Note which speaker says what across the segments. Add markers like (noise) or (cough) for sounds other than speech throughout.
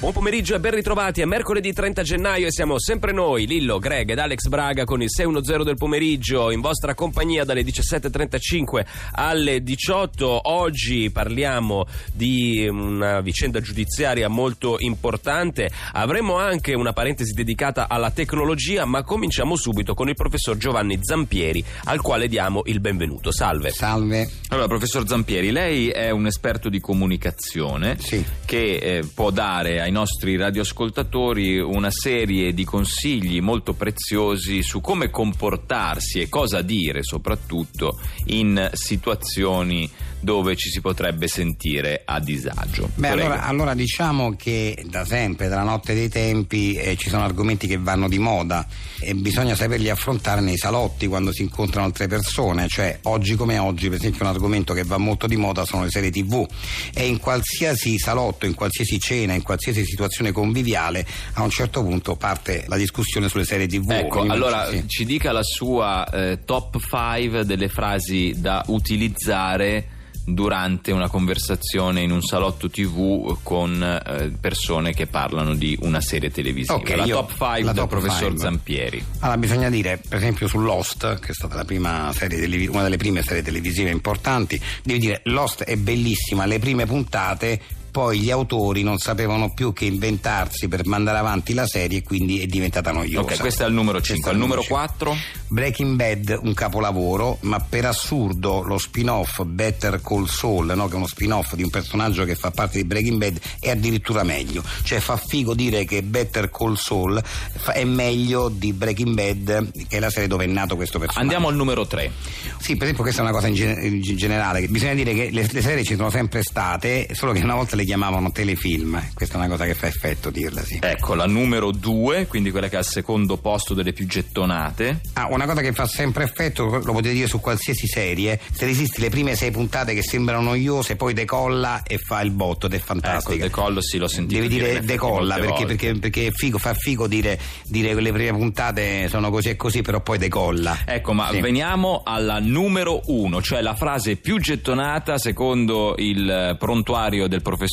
Speaker 1: Buon pomeriggio e ben ritrovati. È mercoledì 30 gennaio e siamo sempre noi, Lillo, Greg ed Alex Braga con il 610 del pomeriggio in vostra compagnia dalle 17.35 alle 18. Oggi parliamo di una vicenda giudiziaria molto importante. Avremo anche una parentesi dedicata alla tecnologia, ma cominciamo subito con il professor Giovanni Zampieri, al quale diamo il benvenuto. Salve.
Speaker 2: Salve.
Speaker 3: Allora, professor Zampieri, lei è un esperto di comunicazione
Speaker 2: Sì.
Speaker 3: che eh, può dare ai nostri radioascoltatori una serie di consigli molto preziosi su come comportarsi e cosa dire soprattutto in situazioni dove ci si potrebbe sentire a disagio.
Speaker 2: Beh,
Speaker 3: Prego.
Speaker 2: allora, allora diciamo che da sempre, dalla notte dei tempi, eh, ci sono argomenti che vanno di moda e bisogna saperli affrontare nei salotti quando si incontrano altre persone. Cioè, oggi come oggi, per esempio, un argomento che va molto di moda sono le serie TV. E in qualsiasi salotto, in qualsiasi cena, in qualsiasi situazione conviviale, a un certo punto parte la discussione sulle serie TV.
Speaker 3: Ecco,
Speaker 2: Ognuno-
Speaker 3: allora
Speaker 2: sì.
Speaker 3: ci dica la sua eh, top 5 delle frasi da utilizzare durante una conversazione in un salotto TV con eh, persone che parlano di una serie televisiva.
Speaker 2: Ok,
Speaker 3: la
Speaker 2: io-
Speaker 3: top 5
Speaker 2: la
Speaker 3: del
Speaker 2: top
Speaker 3: professor
Speaker 2: five.
Speaker 3: Zampieri.
Speaker 2: Allora, bisogna dire, per esempio, su Lost, che è stata la prima serie televi- una delle prime serie televisive importanti, devi dire Lost è bellissima, le prime puntate. Poi gli autori non sapevano più che inventarsi per mandare avanti la serie e quindi è diventata noiosa.
Speaker 3: Ok, questo è il numero
Speaker 2: Questo
Speaker 3: 5.
Speaker 2: è
Speaker 3: Al
Speaker 2: il
Speaker 3: numero
Speaker 2: cinque.
Speaker 3: 4?
Speaker 2: Breaking Bad, un capolavoro, ma per assurdo lo spin-off Better Call Saul, no, che è uno spin-off di un personaggio che fa parte di Breaking Bad, è addirittura meglio. Cioè fa figo dire che Better Call Saul fa- è meglio di Breaking Bad, che è la serie dove è nato questo personaggio.
Speaker 3: Andiamo al numero 3.
Speaker 2: Sì, per esempio questa è una cosa in, gen- in generale, che bisogna dire che le, le serie ci sono sempre state, solo che una volta le chiamavano telefilm, questa è una cosa che fa effetto dirla, sì.
Speaker 3: Ecco, la numero 2, quindi quella che è al secondo posto delle più gettonate.
Speaker 2: Ah, una cosa che fa sempre effetto, lo potete dire su qualsiasi serie, se resisti le prime sei puntate che sembrano noiose, poi decolla e fa il botto ed è
Speaker 3: Ecco, il
Speaker 2: fantastico.
Speaker 3: decollo sì, l'ho sentito.
Speaker 2: Devi
Speaker 3: in
Speaker 2: dire
Speaker 3: effetti
Speaker 2: decolla
Speaker 3: molte
Speaker 2: perché,
Speaker 3: volte.
Speaker 2: perché- perché è figo, fa figo dire, dire che le prime puntate sono così e così, però poi decolla.
Speaker 3: Ecco, ma
Speaker 2: Sì.
Speaker 3: veniamo alla numero uno, cioè la frase più gettonata secondo il eh, prontuario del professor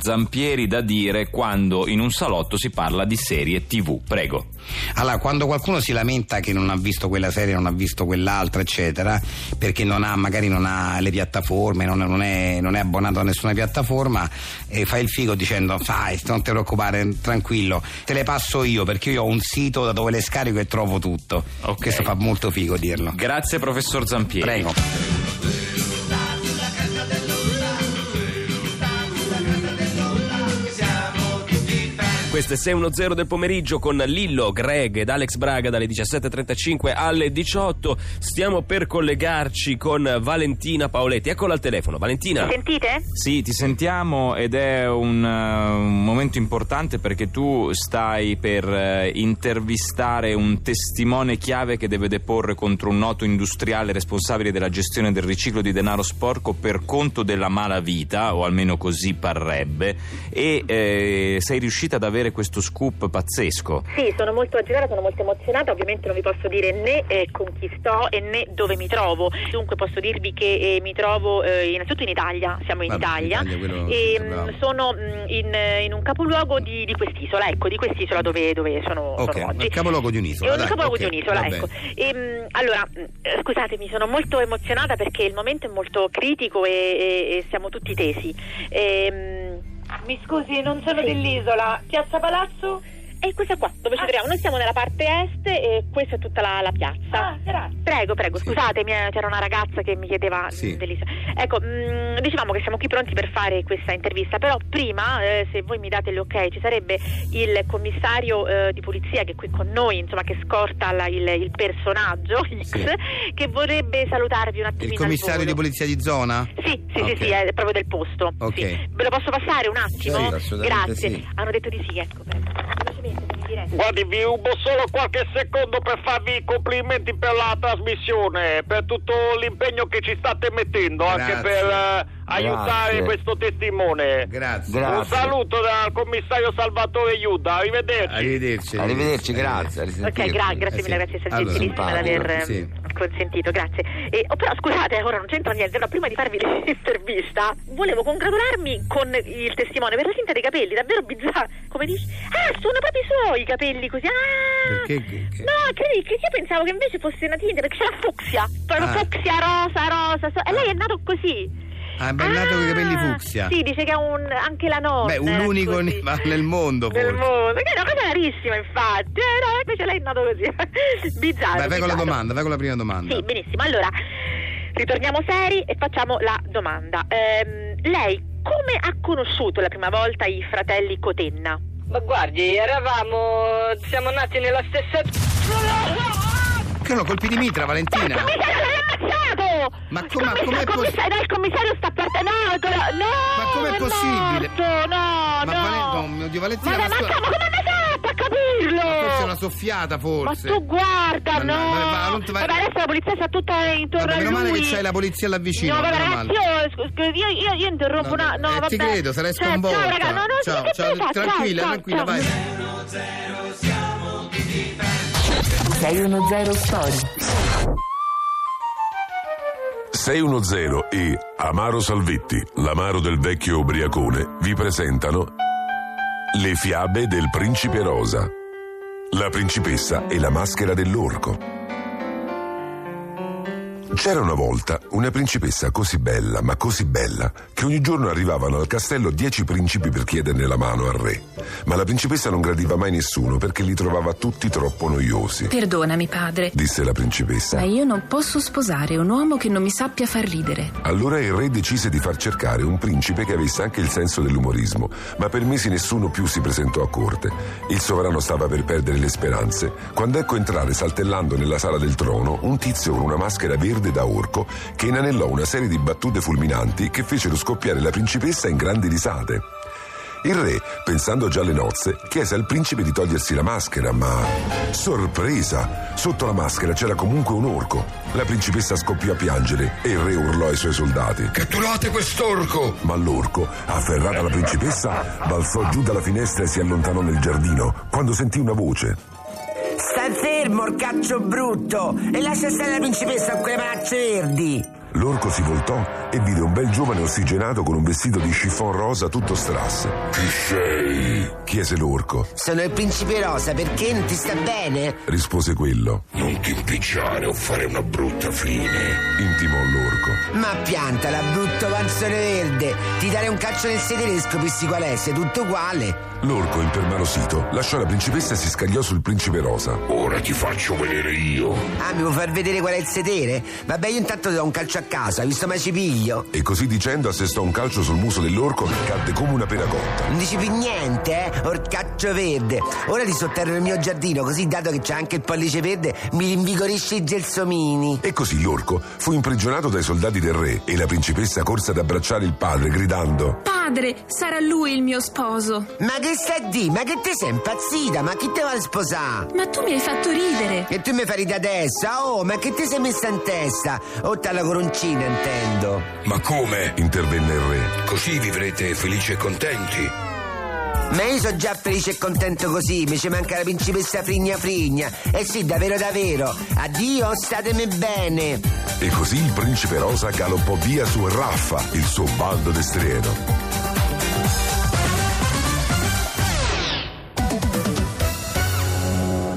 Speaker 3: Zampieri da dire quando in un salotto si parla di serie TV. Prego.
Speaker 2: Allora, quando qualcuno si lamenta che non ha visto quella serie, non ha visto quell'altra, eccetera, perché non ha, magari non ha le piattaforme, non, non è, non è abbonato a nessuna piattaforma, e fa il figo dicendo, sai, non ti preoccupare, tranquillo, te le passo io, perché io ho un sito da dove le scarico e trovo tutto.
Speaker 3: Ok.
Speaker 2: Questo fa molto figo dirlo.
Speaker 3: Grazie professor Zampieri.
Speaker 2: Prego.
Speaker 1: Questo è 610 del pomeriggio con Lillo, Greg ed Alex Braga dalle 17.35 alle 18. Stiamo per collegarci con Valentina Paoletti. Eccola al telefono. Valentina.
Speaker 4: Sentite?
Speaker 3: Sì, ti sentiamo ed è un, eh, un momento importante perché tu stai per eh, intervistare un testimone chiave che deve deporre contro un noto industriale responsabile della gestione del riciclo di denaro sporco per conto della malavita, o almeno così parrebbe, e eh, sei riuscita ad avere questo scoop pazzesco.
Speaker 4: Sì, sono molto agitata, sono molto emozionata, ovviamente non vi posso dire né eh, con chi sto e né dove mi trovo, dunque posso dirvi che eh, mi trovo eh, innanzitutto in Italia, siamo in
Speaker 2: Vabbè, oh,
Speaker 4: Italia,
Speaker 2: l'Italia, quello
Speaker 4: e
Speaker 2: senza
Speaker 4: mh,
Speaker 2: bravo.
Speaker 4: sono mh, in, eh, in un capoluogo di, di quest'isola, ecco, di quest'isola dove, dove sono, sono
Speaker 2: Ok,
Speaker 4: oggi.
Speaker 2: il capoluogo di un'isola.
Speaker 4: È un
Speaker 2: dai,
Speaker 4: capoluogo
Speaker 2: ok,
Speaker 4: di un'isola,
Speaker 2: va
Speaker 4: ecco.
Speaker 2: bene.
Speaker 4: E, mh, allora, mh, eh, scusatemi, sono molto emozionata perché il momento è molto critico e, e- e siamo tutti tesi. Ehm, Mi scusi, non sono dell'isola. Piazza Palazzo? E questa qua, dove ci troviamo? Noi siamo nella parte est e questa è tutta la, la piazza. Ah. Prego, prego,
Speaker 2: Sì.
Speaker 4: scusatemi, eh, c'era una ragazza che mi chiedeva
Speaker 2: Sì.
Speaker 4: mh, dell'isola. Ecco, mh, dicevamo che siamo qui pronti per fare questa intervista, però prima, eh, se voi mi date l'ok, ci sarebbe il commissario eh, di polizia che è qui con noi, insomma, che scorta la- il, il personaggio X,
Speaker 2: Sì.
Speaker 4: che vorrebbe salutarvi un attimino.
Speaker 2: Il
Speaker 4: al
Speaker 2: commissario
Speaker 4: volo.
Speaker 2: di polizia di zona?
Speaker 4: Sì, sì,
Speaker 2: Ok.
Speaker 4: sì, sì, è proprio del posto.
Speaker 2: Ok.
Speaker 4: Sì. Ve lo posso passare un attimo?
Speaker 5: Sì, assolutamente
Speaker 4: Grazie.
Speaker 5: sì.
Speaker 4: Hanno detto di sì, ecco, prego. Velocemente, come diretta.
Speaker 6: Guardi, vi rubo solo qualche secondo per farvi i complimenti per la trasmissione, per tutto l'impegno che ci state mettendo, anche
Speaker 2: Grazie.
Speaker 6: per eh, aiutare
Speaker 5: Grazie.
Speaker 6: questo testimone.
Speaker 2: Grazie.
Speaker 5: Gra-
Speaker 6: Un
Speaker 5: Grazie.
Speaker 6: saluto dal commissario Salvatore Iuda, arrivederci.
Speaker 2: Arrivederci.
Speaker 5: Arrivederci, grazie. a
Speaker 4: Ok,
Speaker 5: risentirci.
Speaker 4: gra- grazie mille, grazie, siete
Speaker 2: eh, Allora,
Speaker 4: gentilissima ad
Speaker 5: simpatico,
Speaker 4: aver... eh,
Speaker 2: sì.
Speaker 4: consentito, grazie. E, oh, però scusate, ora non c'entra niente, però prima di farvi (laughs) l'intervista volevo congratularmi con il testimone per la tinta dei capelli, davvero bizzarro. Come dici? Ah, sono proprio suoi i capelli così. Ah!
Speaker 2: Perché? Che- che-
Speaker 4: No, credi che io pensavo che invece fosse una tinta perché c'era fucsia, proprio
Speaker 2: Ah.
Speaker 4: fucsia rosa, rosa, so- e lei è nato così. Ah,
Speaker 2: Ah, è nato con i capelli fucsia.
Speaker 4: Sì, dice che è un, anche la nonna.
Speaker 2: Beh, un
Speaker 4: era
Speaker 2: unico
Speaker 4: così.
Speaker 2: ni- ma nel mondo,
Speaker 4: Nel
Speaker 2: forse.
Speaker 4: mondo, che è una cosa rarissima, infatti. Eh, no, invece lei è nato così. (laughs) bizzarro.
Speaker 2: Vai, vai con la
Speaker 4: bizzarro.
Speaker 2: domanda, vai con la prima domanda.
Speaker 4: diciamo. Sì, benissimo. Allora, ritorniamo seri e facciamo la domanda. Ehm, lei come ha conosciuto la prima volta i fratelli Cotenna?
Speaker 5: Ma guardi, eravamo. siamo nati nella
Speaker 4: (laughs)
Speaker 5: stessa.
Speaker 2: Che no, colpi di mitra,
Speaker 4: Ma
Speaker 2: Valentina.
Speaker 4: il commissario l'ha ammazzato!
Speaker 2: Ma com- ma
Speaker 4: Il
Speaker 2: com'è
Speaker 4: commissario-
Speaker 2: poss-
Speaker 4: commissario- no, il commissario sta partendo. No, ancora- no!
Speaker 2: Ma com'è
Speaker 4: è
Speaker 2: possibile?
Speaker 4: morto, no,
Speaker 2: Ma
Speaker 4: no!
Speaker 2: Valen- no, mio Dio, Valentina,
Speaker 4: Ma,
Speaker 2: ma
Speaker 4: dai, ma,
Speaker 2: scusa-
Speaker 4: ma come hai fatto a capirlo?
Speaker 2: Forse è una soffiata,
Speaker 4: Ma
Speaker 2: forse.
Speaker 4: tu guarda,
Speaker 2: Ma
Speaker 4: no!
Speaker 2: no, ma- ma non ti vai-
Speaker 4: Vabbè, adesso la polizia sta tutta intorno
Speaker 2: Vabbè,
Speaker 4: a lui.
Speaker 2: meno male che c'hai la polizia là vicino,
Speaker 4: No, vabbè,
Speaker 2: meno
Speaker 4: ragazzi, io, scu- scu- io, io, io interrompo
Speaker 2: No,
Speaker 4: una...
Speaker 2: eh,
Speaker 4: No,
Speaker 2: ti
Speaker 4: vabbè.
Speaker 2: credo, sarai
Speaker 4: Cioè,
Speaker 2: sconvolta.
Speaker 4: Ciao, raga, no, no,
Speaker 2: Ciao,
Speaker 4: che
Speaker 2: ciao,
Speaker 4: pensa?
Speaker 2: tranquilla,
Speaker 4: ciao,
Speaker 2: tranquilla,
Speaker 4: ciao.
Speaker 2: vai.
Speaker 7: 610 Story.
Speaker 8: 610 e Amaro Salvetti, l'amaro del vecchio ubriacone, vi presentano Le fiabe del principe rosa. La principessa e la maschera dell'orco. C'era una volta una principessa così bella, ma così bella, che ogni giorno arrivavano al castello dieci principi per chiederne la mano al re. Ma la principessa non gradiva mai nessuno perché li trovava tutti troppo noiosi,
Speaker 9: Perdonami, padre,
Speaker 8: disse la principessa.
Speaker 9: ma io non posso sposare un uomo che non mi sappia far ridere.
Speaker 8: Allora il re decise di far cercare un principe che avesse anche il senso dell'umorismo, ma per mesi nessuno più si presentò a corte. Il sovrano stava per perdere le speranze, quando ecco entrare saltellando nella sala del trono un tizio con una maschera verde da orco che inanellò una serie di battute fulminanti che fecero scoppiare la principessa in grandi risate. Il re, pensando già alle nozze, chiese al principe di togliersi la maschera, ma. Sorpresa! Sotto la maschera c'era comunque un orco. La principessa scoppiò a piangere e il re urlò ai suoi soldati.
Speaker 10: Catturate quest'orco!
Speaker 8: Ma l'orco, afferrata la principessa, balzò giù dalla finestra e si allontanò nel giardino, quando sentì una voce.
Speaker 11: Sta fermo, orcaccio brutto! E lascia stare la principessa con quelle manacce verdi!
Speaker 8: L'orco si voltò e vide un bel giovane ossigenato con un vestito di chiffon rosa tutto strass. Chi sei? chiese l'orco.
Speaker 11: Sono il principe rosa, perché non ti sta bene?
Speaker 8: Rispose quello.
Speaker 10: Non ti impicciare o fare una brutta fine.
Speaker 8: Intimò l'orco.
Speaker 11: Ma piantala, brutto panzone verde! Ti darei un calcio nel sedere e scopristi qual è, sei tutto uguale!
Speaker 8: L'orco, impermarosito, lasciò la principessa e si scagliò sul principe rosa.
Speaker 10: Ora ti faccio vedere io.
Speaker 11: Ah, mi vuoi far vedere qual è il sedere? Vabbè, io intanto ti do un calcio a casa, visto ma ci piglio!
Speaker 8: E così dicendo assestò un calcio sul muso dell'orco che cadde come una pera cotta.
Speaker 11: Non dici più niente, eh? Orcaccio verde! Ora ti sotterro nel mio giardino, così dato che c'è anche il pollice verde, mi rinvigorisci i gelsomini!
Speaker 8: E così l'orco fu imprigionato dai soldati del re e la principessa corse ad abbracciare il padre gridando
Speaker 9: Padre, sarà lui il mio sposo.
Speaker 11: Ma che stai a di? Ma che te sei impazzita? Ma chi te va a sposare?
Speaker 9: Ma tu mi hai fatto ridere.
Speaker 11: E tu mi fai da testa? Oh, ma che ti sei messa in testa? O la coroncina, intendo.
Speaker 10: Ma come?
Speaker 8: Intervenne il re.
Speaker 10: Così vivrete felici e contenti.
Speaker 11: Ma io sono già felice e contento così, mi ci manca la principessa Frigna Frigna. Eh sì, davvero davvero. Addio, statemi bene.
Speaker 8: E così il principe rosa galoppò via su Raffa, il suo bando destriero.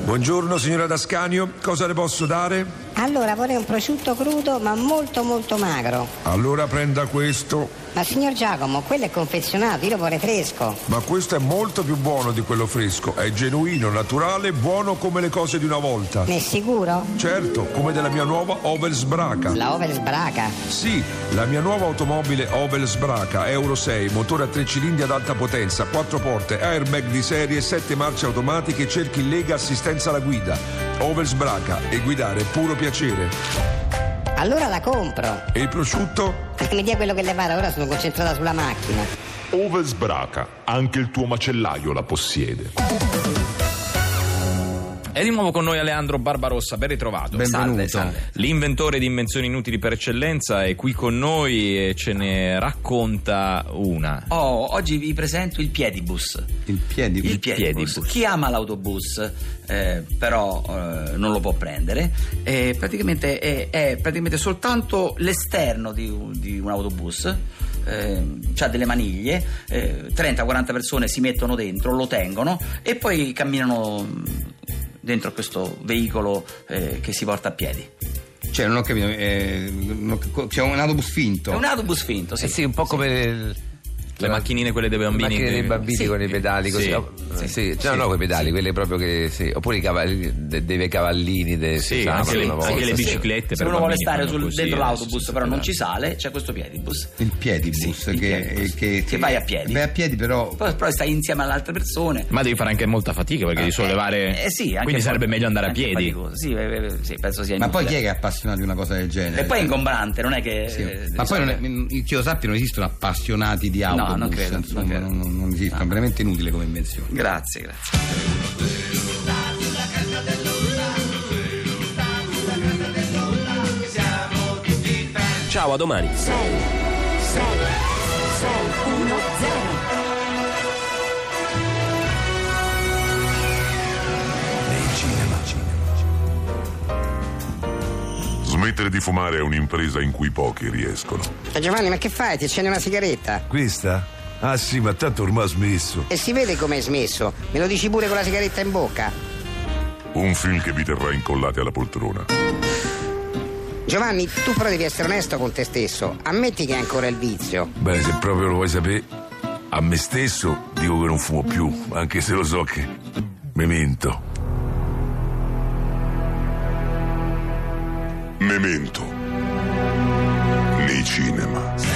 Speaker 8: Buongiorno signora Dascanio, cosa le posso dare?
Speaker 12: Allora vorrei un prosciutto crudo ma molto molto magro.
Speaker 8: Allora prenda questo.
Speaker 12: Ma signor Giacomo, quello è confezionato, io lo vorrei fresco.
Speaker 8: Ma questo è molto più buono di quello fresco, è genuino, naturale, buono come le cose di una volta.
Speaker 12: Ne è sicuro?
Speaker 8: Certo, come della mia nuova Ovel Sbraca.
Speaker 12: La Over sbraca.
Speaker 8: Sì, la mia nuova automobile Ovel Sbraca Euro 6, motore a tre cilindri ad alta potenza, quattro porte, airbag di serie, sette marce automatiche, cerchi in lega, assistenza alla guida. Ovel Sbraca e guidare è puro piacere.
Speaker 12: Allora la compro. (laughs)
Speaker 8: E il prosciutto?
Speaker 12: Mi dia quello che le pare, ora sono concentrata sulla macchina.
Speaker 8: Ovel Sbraca, anche il tuo macellaio la possiede.
Speaker 3: È di nuovo con noi Aleandro Barbarossa, ben ritrovato.
Speaker 11: Benvenuto.
Speaker 3: Salve, salve. L'inventore di invenzioni inutili per eccellenza è qui con noi e ce ne racconta una.
Speaker 11: Oh, oggi vi presento il piedibus.
Speaker 2: Il piedibus.
Speaker 11: Il piedibus. Chi ama l'autobus eh, però eh, non lo può prendere, eh, praticamente è, è praticamente soltanto l'esterno di, un- di un autobus, ha delle maniglie, eh, 30-40 persone si mettono dentro, lo tengono e poi camminano mh, dentro questo veicolo eh, che si porta a piedi.
Speaker 2: Cioè, non ho capito, eh, non- c'è un autobus finto.
Speaker 11: È un autobus finto, sì.
Speaker 13: Eh sì, un po' come il-
Speaker 3: Le macchinine, quelle dei
Speaker 13: le
Speaker 3: bambini.
Speaker 13: macchine dei
Speaker 3: che-
Speaker 13: bambini
Speaker 3: Sì.
Speaker 13: con i pedali così.
Speaker 3: Sì.
Speaker 13: no,
Speaker 3: Sì.
Speaker 13: sì, cioè,
Speaker 3: Sì.
Speaker 13: no, no, con i pedali, quelle proprio che sì. oppure i cavalli, de- dei cavallini de- si
Speaker 3: Sì,
Speaker 13: chiamano
Speaker 3: anche le-
Speaker 13: una volta,
Speaker 3: anche le
Speaker 13: sì.
Speaker 3: biciclette
Speaker 11: Se
Speaker 3: per
Speaker 11: uno vuole
Speaker 3: bambini
Speaker 11: stare
Speaker 3: fanno
Speaker 11: sul-
Speaker 3: così,
Speaker 11: dentro
Speaker 3: adesso,
Speaker 11: l'autobus,
Speaker 3: sì,
Speaker 11: però non
Speaker 3: sì.
Speaker 11: ci sale, c'è questo piedibus.
Speaker 2: Il piedibus, che, Che,
Speaker 11: Che vai a piedi.
Speaker 2: Vai a piedi, però.
Speaker 11: Poi, però stai insieme alle altre persone.
Speaker 3: Ma devi fare anche molta fatica perché devi sollevare.
Speaker 11: Eh sì, anche
Speaker 3: Quindi sarebbe
Speaker 11: fa-
Speaker 3: meglio andare a
Speaker 11: anche
Speaker 3: piedi.
Speaker 11: faticoso. Sì, eh, eh, sì, penso sia
Speaker 2: Ma poi chi
Speaker 11: inutile.
Speaker 2: è che è appassionato di una cosa del genere?
Speaker 11: E poi è ingombrante, non è che.
Speaker 2: Sì.
Speaker 11: eh,
Speaker 2: Ma poi non è, mm, che io sappia non esistono appassionati di autobus,
Speaker 11: non credo,
Speaker 2: insomma,
Speaker 11: non credo.
Speaker 2: non- non esistono, è veramente inutile come invenzione.
Speaker 11: Grazie, grazie.
Speaker 14: Ciao, a domani.
Speaker 8: Smettere di fumare è un'impresa in cui pochi riescono.
Speaker 12: Eh, Giovanni, ma che fai? Ti accendi una sigaretta?
Speaker 15: Questa? Ah sì, ma tanto ormai ho smesso.
Speaker 12: E si vede come hai smesso. Me lo dici pure con la sigaretta in bocca.
Speaker 8: Un film che vi terrà incollati alla poltrona.
Speaker 12: Giovanni, tu però devi essere onesto con te stesso. Ammetti che hai ancora il vizio.
Speaker 16: Beh, se proprio lo vuoi sapere, a me stesso dico che non fumo più, anche se lo so che mi mento.
Speaker 8: Memento. Nei cinema.